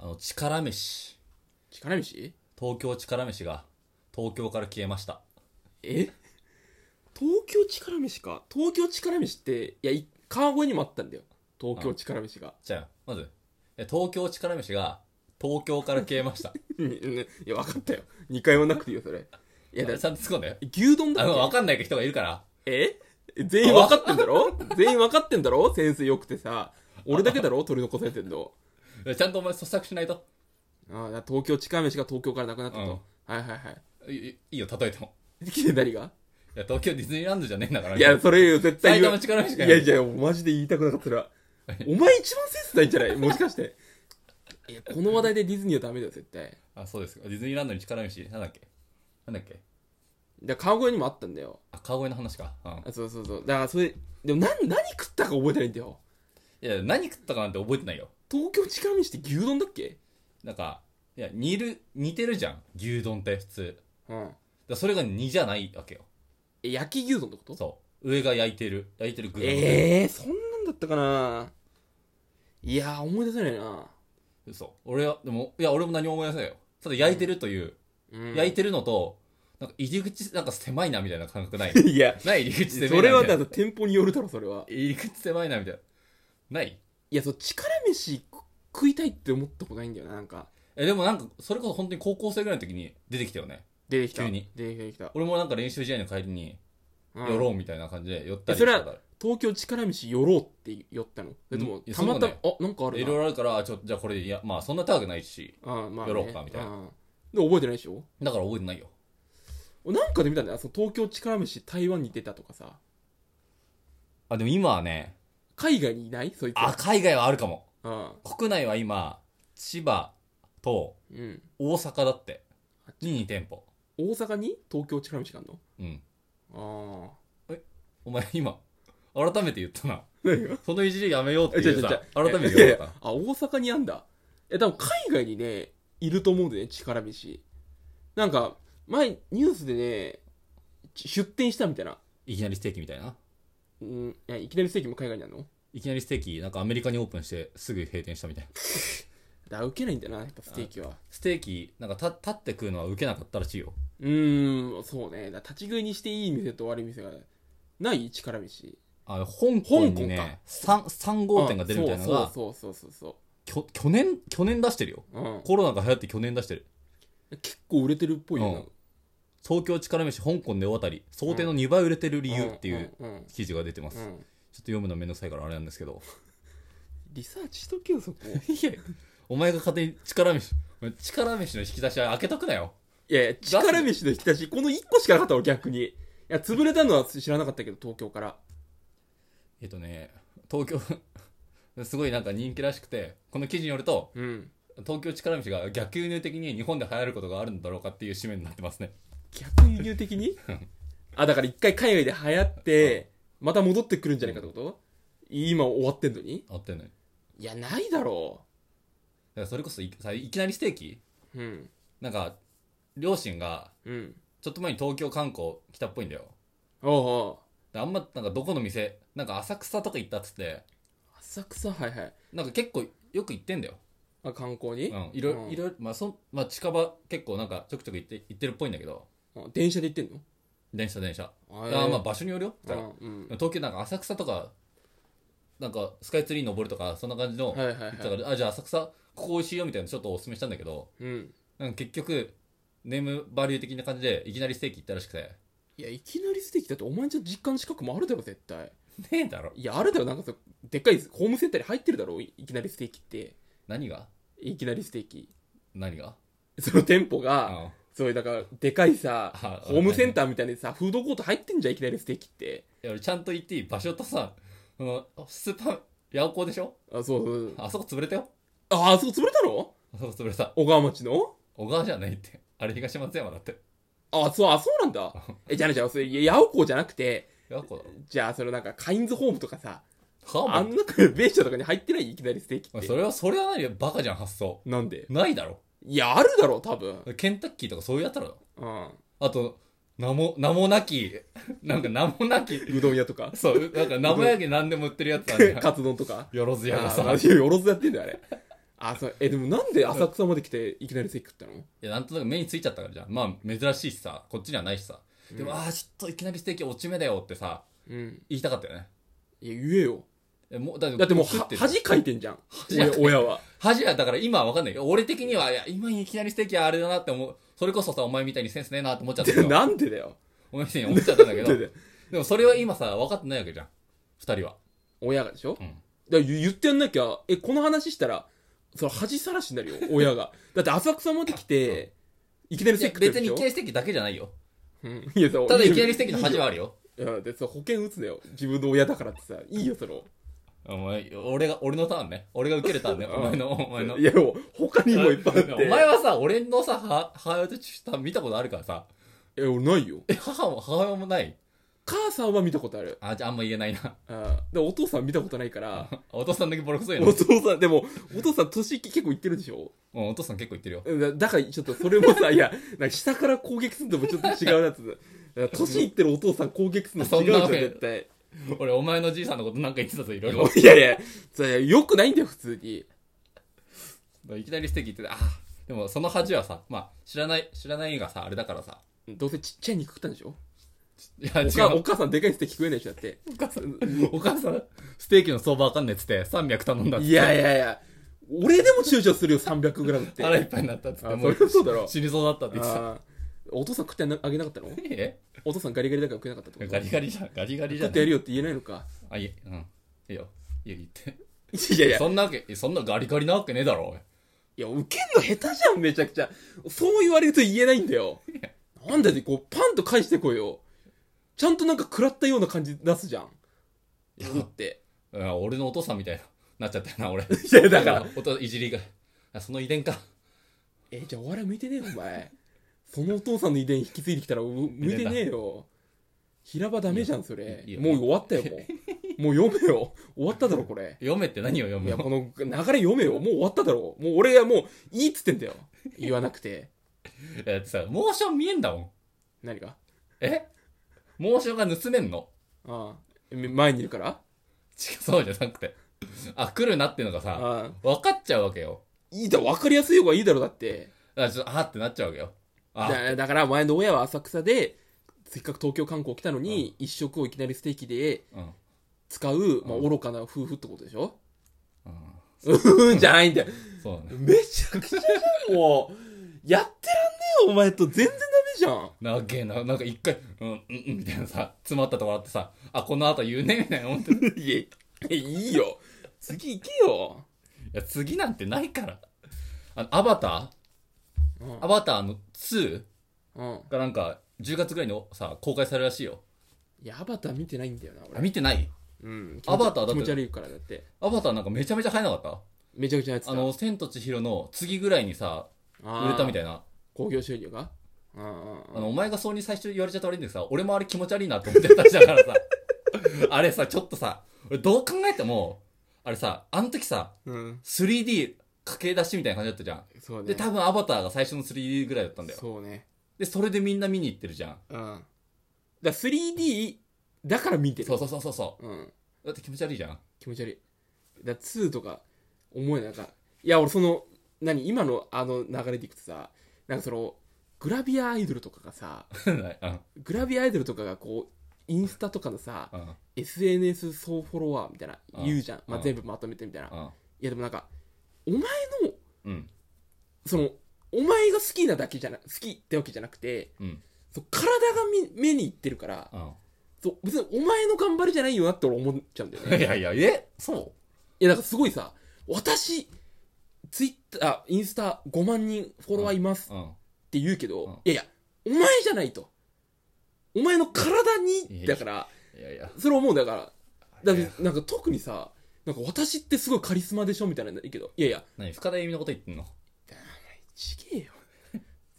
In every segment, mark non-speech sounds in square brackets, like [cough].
の力飯力飯東京力飯が東京から消えましたえ東京力飯か東京力飯っていやい川越にもあったんだよ東京力飯がじゃあまずえ東京力飯が東京から消えました [laughs] いや分かったよ2回もなくていいよそれ [laughs] いいやだちゃんと突っ込んだよ牛丼あのだ分ってかんない人がいるからえ全員分かってんだろ全員分かってんだろセンス良くてさ俺だけだろ取り残されてんのえちゃんとお前咀嚼しないとああだから東京力飯が東京からなくなったと、うんはいはいはいいいいいよ例えてもで何がいや東京ディズニーランドじゃねえんだからいや、それ言うよ絶対埼言う玉力飯いかやいよや、マジで言いたくなかったら。お前一番センスないんじゃない [laughs] もしかして。いや、この話題でディズニーはダメだよ、絶対。あそうですかディズニーランドに力飯なんだっけなんだっけだから川越にもあったんだよ。あ川越の話かうんあそうそうそう。だからそれ、でも何、何食ったか覚えてないんだよ。いや何食ったかなんて覚えてないよ東京近道って牛丼だっけなんかいや煮る似てるじゃん牛丼って普通うん。だそれが煮じゃないわけよえ、焼き牛丼ってことそう上が焼いてる焼いてる具えええー、そんなんだったかないやー、思い出せないな。嘘俺はでもいや俺も何も思い出せないよただ焼いてるという、うん、焼いてるのとなんか入り口なんか狭いなみたいな感 [laughs] 覚ないいや、ない入り口狭いなそれはみたいだっなて店舗によるだろ、それは。入り口狭いなみたいなないいや、そう、力飯食いたいって思ったことないんだよな、なんか。えでもなんかそれこそ本当に高校生ぐらいの時に出てきたよね出てきた。急に出てきた、出てきた。俺もなんか練習試合の帰りにうん寄ろうみたいな感じで寄ったりえそれはしたから東京力飯寄ろうって寄ったのそれとうもんいやたまたま、そあなんかあるないろいろあるからあちょじゃあこれいやまあそんな高くないしあまあ、ね、寄ろうかみたいなあで覚えてないでしょだから覚えてないよなんかで見たんだよその東京力飯台湾に出たとかさあでも今はね海外にいないそいつあ海外はあるかもあ国内は今千葉とうん大阪だってに2店舗大阪に東京力飯があるうんのああお前今改めて言ったな何がそのいじりやめようってえい違うう違うさ違改うめていや言いやったないあ大阪にあんだえ多分海外にねいると思うんだよね力飯なんか前ニュースでねち出店したみたいな、きなりステーキみたいなうん、いやいきなりステーキも海外にあるのいきなりステーキなんかアメリカにオープンしてすぐ閉店したみたいなだからウケないんだよなやっぱステーキはステーキなんかた立って食うのは受けなかったらしいようーん、そうね。だ立ち食いにしていい店と悪い店がない力飯。あの香港に香港かね 3, 3号店が出るみたいなのがそうそうそうそうきょ去年去年出してるよそう。うん。コロナが流行って去年出してる結構売れてるっぽいよな。うん東京力飯香港で大当たり想定の2倍売れてる理由っていううん。うん記事が出てます、うちんょっと読むのめんどくさいからあれなんですけどリサーチしとけよ、そこ。いやお前が勝手に力飯力飯の引き出しは開けとくなよいやいや、力飯の引き出し、この1個しかなかったわ、逆に。いや、潰れたのは知らなかったけど、東京から。えっとね東京 [laughs] すごいなんか人気らしくてこの記事によるとうん。東京力飯が逆輸入的に日本で流行ることがあるんだろうかっていう紙面になってますね逆輸入 [laughs] 的にあ、だから一回海外で流行って、また戻ってくるんじゃないかってこと今終わってんのにあったよねだかいや、ないだろらそれこそいさいきなりステーキう。うん。なんか両親がうん。ちょっと前に東京観光来たっぽいんだよおうおう。であんまなんかどこの店なんか浅草とか行ったっつって浅草はいはいなんか結構よく行ってんだよあ観光に、うん、いろいろうんいろいろ、まあそん、まあ、近場結構なんかちょくちょく行って行ってるっぽいんだけど、あ電車で行ってんの電車電車。ああーまあ場所によるよ。だからうん、東京なんか浅草とか、なんかスカイツリー登るとか、そんな感じの、はいはいはだかいら、あ、じゃあ浅草、ここ美味しいよみたいなのちょっとお勧めしたんだけど、うんなんか結局、ネームバリュー的な感じで、いきなりステーキ行ったらしくて、 [laughs] いやいきなりステーキだってお前んちの実家の近くもあるだろ絶対ねえだろ。いやあるだろなんかさでっかいホームセンターに入ってるだろいいきなりステーキって何がいきなりステーキ [laughs] 何がその店舗が、あそういうだからでかいさあホームセンターみたいにさフードコート入ってんじゃんいきなりステーキっていや俺ちゃんと行っていい場所とさ、あの、スーパー、ヤオコーでしょあそうそうそうあそこ潰れたよ。ああそこ潰れたのあそこ潰れた。小川町の小川じゃないって。あれ東松山だって。あそうあそうなん [laughs] だえじゃあねじゃあそれ八百子じゃなくてヤオコだろ。じゃあそのなんかカインズホームとかさはあん中でベーションとかに入ってないいきなりステーキおっ前て。それは、それは何よバカじゃん、発想。なんでないだろ。いや、あるだろう、多分。ケンタッキーとかそういうやつらだろ。うん。あと、名も、名もなき、なんか名もなき、、うどん屋とかそう、なんか名もやけ何でも売ってるやつあるじゃん [laughs] カツ丼とか。よろずやがあさあ、。よろずやってんだよ、あれ。あそうえでもなんで浅草まで来ていきなり席食ったのいやなんとなく目についちゃったからじゃんまあ珍しいしさこっちにはないしさでも、うんああちょっといきなりステーキ落ち目だよってさうん言いたかったよねいや言えよえもうだだってもう食はてる恥かいてんじゃん恥かい親て親 [laughs] は恥はだから今は分かんないけど俺的にはいや今いきなりステーキはあれだなって思うそれこそさお前みたいにセンスねえなって思っちゃったけでどなんでだよお前みたいに思っちゃったんだけなんどでだよでもそれは今さ分かってないわけじゃん二人は親がでしょ、うんだから言言ってやんなきゃえこの話したらそれ恥さらしになるよ親がだって浅草まで来て、いきなりいや席食って別るにでしいょきなりステーキだけじゃないようんいやそうただいきなりステーキの恥はあいるよいよいやでそう保険打つだよ自分の親だからってさいいよそのお前俺が俺のターンね俺が受けるターンねお前のお前のいやもう他にもいっぱいあってお前はさ俺のさ母母親とさ見たことあるからさえ俺ないよえ母も母親もない母さんは見たことあるあじゃああんま言えないな [laughs] あーでお父さん見たことないからお父さんだけボロクソやなお父さんでもお父さん年結構いってるでしょうんお父さん結構言ってるよだだからちょっとそ [laughs] れもさいやなんか下から攻撃するのもちょっと違うやつだから年いってるお父さん攻撃するの違うじそんゃんなわけ絶対俺お前のじいさんのことなんか言ってたぞいろいろいやいやそれよくないんだよ普通にいきなりステーキ言っててあーでもその恥はさ、まあ、知らない知らないがさあれだからさどうせちっちゃい肉食ったんでしょいや違お母うお母さんでかいステーキ食えない人だってお母さんお母さんステーキの相場わかんねえっつって300頼んだっつっていやいやいや俺でも躊躇するよ [laughs] 300g って腹いっぱいになったっつってあそもれうはそうだろ死にそうだったって言ってたあーお父さん食ってあげなかったの [laughs] えお父さんガリガリだから食えなかったってことガリガリじゃんガリガリじ食ゃっんてやるよって言えないの [laughs] かあいえうんいいよいいよ言っていやいやそんなわけそんなガリガリなわけねえだろおいいや、受けんの下手じゃん、めちゃくちゃ。そう言われると言えないんだよ。なんだって、こう、パンと返してこいよ。ちゃんとなんか食らったような感じ出すじゃん。いやうって。うん俺のお父さんみたいななっちゃったよな俺い [laughs] や、だから。お父いじりがあその遺伝かえ、じゃあお笑い向いてねえよ、お前。 [laughs] そのお父さんの遺伝引き継いできたら、う向いてねえよ。平場ダメじゃん、それいい。よもう終わったよ、も [laughs] う。もう読めよ。終わっただろ、これ。読めって何を読いむや、のこの流れ読めよ。もう終わっただろ。もう俺はもう、いいっつってんだよ。言わなくて。いやだってさモーション見えんだもん何がえモーションが盗めんのああ。え前にいるから違うそうじゃなくて。あ、来るなっていうのがさ、ああ。分かっちゃうわけよ。いいだろ、分かりやすい方がいいだろ、だって。だからちょっと、あーってなっちゃうわけよ。あ、だだから、前の親は浅草で、せっかく東京観光来たのに、一食をいきなりステーキでうん。使う、まあ、うん愚かな夫婦ってことでしょうん。うふん [laughs] じゃないんだよ。そうだね。めちゃくちゃじゃん、もう。やってらんねえよ、お前と。全然ダメじゃん。なげえな、なんか一回、うん、うん、うん、みたいなさ、詰まったところあってさ、あ、この後言うね、みたいな思ってる。いいや、いいよ。次行けよ。や、次なんてないから。あの、アバタうんーア。バターの 2? うん。がなんか、10月ぐらいにさ、公開されるらしいよ。いや、アバター見てないんだよな、あ俺。見てないうん。アバターだって気持ち悪いから、だって。アバターなんかめちゃめちゃ早なかっめちゃくちゃやってたた。あの、千と千尋の次ぐらいにさ、あー、売れたみい。たいな。興行収入がうんうんうんあの、お前がそうに最初言われちゃった悪いんだけどさ、俺もあれ気持ち悪いなって思ってた [laughs] だからさ、あれさ、ちょっとさ、俺どう考えても、あれさ、あの時さ、うん。 3D 駆け出しみたいな感じだったじゃん。そうね。で、多分アバターが最初の 3D ぐらいだったんだよ。そうね。で、それでみんな見に行ってるじゃん。うん。だから 3D だから見てる。。そうそうそうそうそうん。う。だって気持ち悪いじゃん。気持ち悪い。だから2とか思えない。なんか、いや、俺その、何、今のあの流れでいくとさ、なんかその、グラビアアイドルとかがさ、うんうんグラビアアイドルとかがこう、インスタとかのさ、うん SNS 総フォロワーみたいなうん言うじゃん。まあ、うん全部まとめてみたいな。いうんや、でもなんか、お前の、うんその、お前が好きなだけじゃな、好きってわけじゃなくて、うんそう体が見目にいってるから、うそう別にお前の頑張りじゃないよなって俺思っちゃうんだよん。いねやいや、えそいやなんかすごいさ私ツイッターあインスタ5万人フォロワーいますううん。って言うけど、うんいやいやお前じゃないとお前の体いにやだからいやいや。それ思うんだからだっいやてなんか特にさなんか私ってすごいカリスマでしょみたいなのいいけどいやいや何深田由美のこと言ってんのちげえよ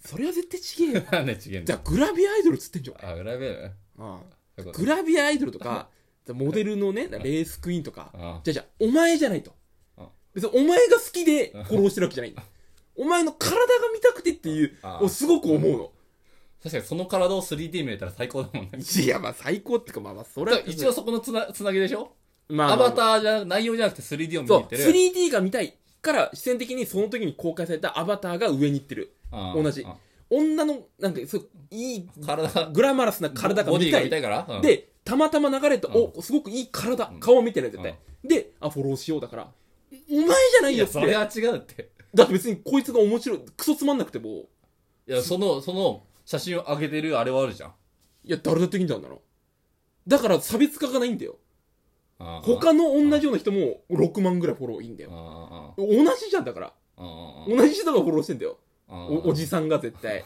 それは絶対ち [laughs] げえよなんで違えんじだゃあグラビアアイドルっつってんじゃんあ、裏部屋ねあそういうことグラビアアイドルとかモデルのねレースクイーンとかうんじゃあじゃあお前じゃないとうん。別にお前が好きでフォローしてるわけじゃないんだ。お前の体が見たくてっていうあ、ーをすごく思うの。確かにその体を 3D 見れたら最高だもんね。いや、まあ最高っていうか、まあまあ、それだはから。一応そこのつなつなぎでしょまあまあアまあバターじゃ、内容じゃなくて 3D を見そにう、行ってる。 3D が見たいから視線的にその時に公開されたアバターが上に行ってる。うん同じうん女の、なんか、そう、いい、体が、グラマラスな体がボデ見ィたがい痛。いから、うん、で、たまたま流れて、うお、すごくいい体うん、顔見てない絶対。で、あ、フォローしようだから、お前じゃないいよや、ってそ。れは違うって。だって別にこいつが面白い、クソつまんなくても、いや、その、その、写真を上げてるあれはあるじゃん。いや、誰だってきんだんだろ。だから差別化がないんだよ。うん他の同じような人も6万ぐらいフォローいいんだうよ。んうん同じじゃんだから。うんうん同じ人がフォローしてんだうよ。んうんおおじさんが絶 [laughs] 対。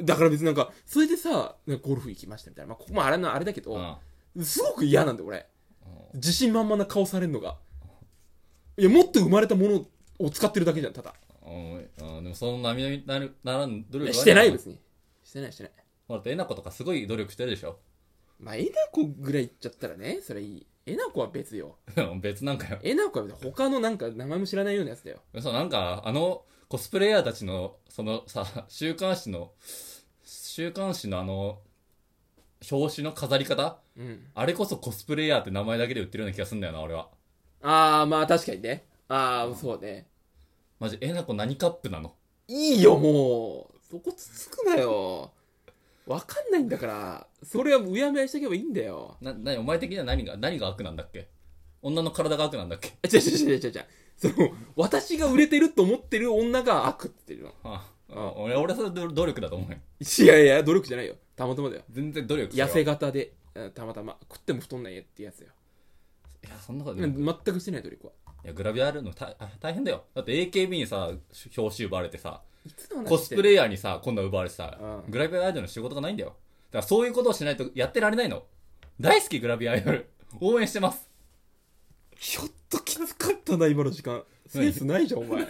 だから別になんか、それでさ、なんかゴルフ行きましたみたいな。まあ、ここもあれな、あれだけうんど、すごく嫌なんだよ、俺。う自信満々な顔されるのが。いや、もっと生まれたものを使ってるだけじゃん、ただ。んうんうんでもその並々なるならん努力いやはしてない、です別に。してない、してない。だってえなことかすごい努力してるでしょ [laughs] まあ、えなこぐらい言っちゃったらね、それいい。えなこは別よ。別なんかよえなこは別に他のなんか名前も知らないようなやつだよ。そうなんかあのコスプレイヤーたちのそのさ週刊誌の週刊誌のあの表紙の飾り方うん。あれこそコスプレイヤーって名前だけで売ってるような気がすんだよな俺はあー、まあ確かにね。あー、そうね。マジえなこ何カップなのいいよ、もう。そこつつくなよ。わかんないんだから、それはうやむやにしとけばいいんだよ。な何お前的には何が何が悪なんだっけ女の体が悪なんだっけえ違う違う違う違う違う。その、私が売れてると思ってる女が悪って言ってるの。ああ俺俺はそれ努努力だと思うよいやいや、努力じゃないよ。たまたまだよ。全然努力して痩るせ型で、うんたまたま。食っても太んないよってやつよ。いやそんなことうないんい全くしてない努力は。やグラビアやるの大あ大変だよだって AKB にさ表紙奪われてさいつの話コスプイレイヤーにさ今度は奪われてさ、うんグラビアアイドルの仕事がないんだよだからそういうことをしないとやってられないの大好きグラビアアイドル応援 [laughs] してますちょっときつかったな、今の時間。センスないじゃん、お前。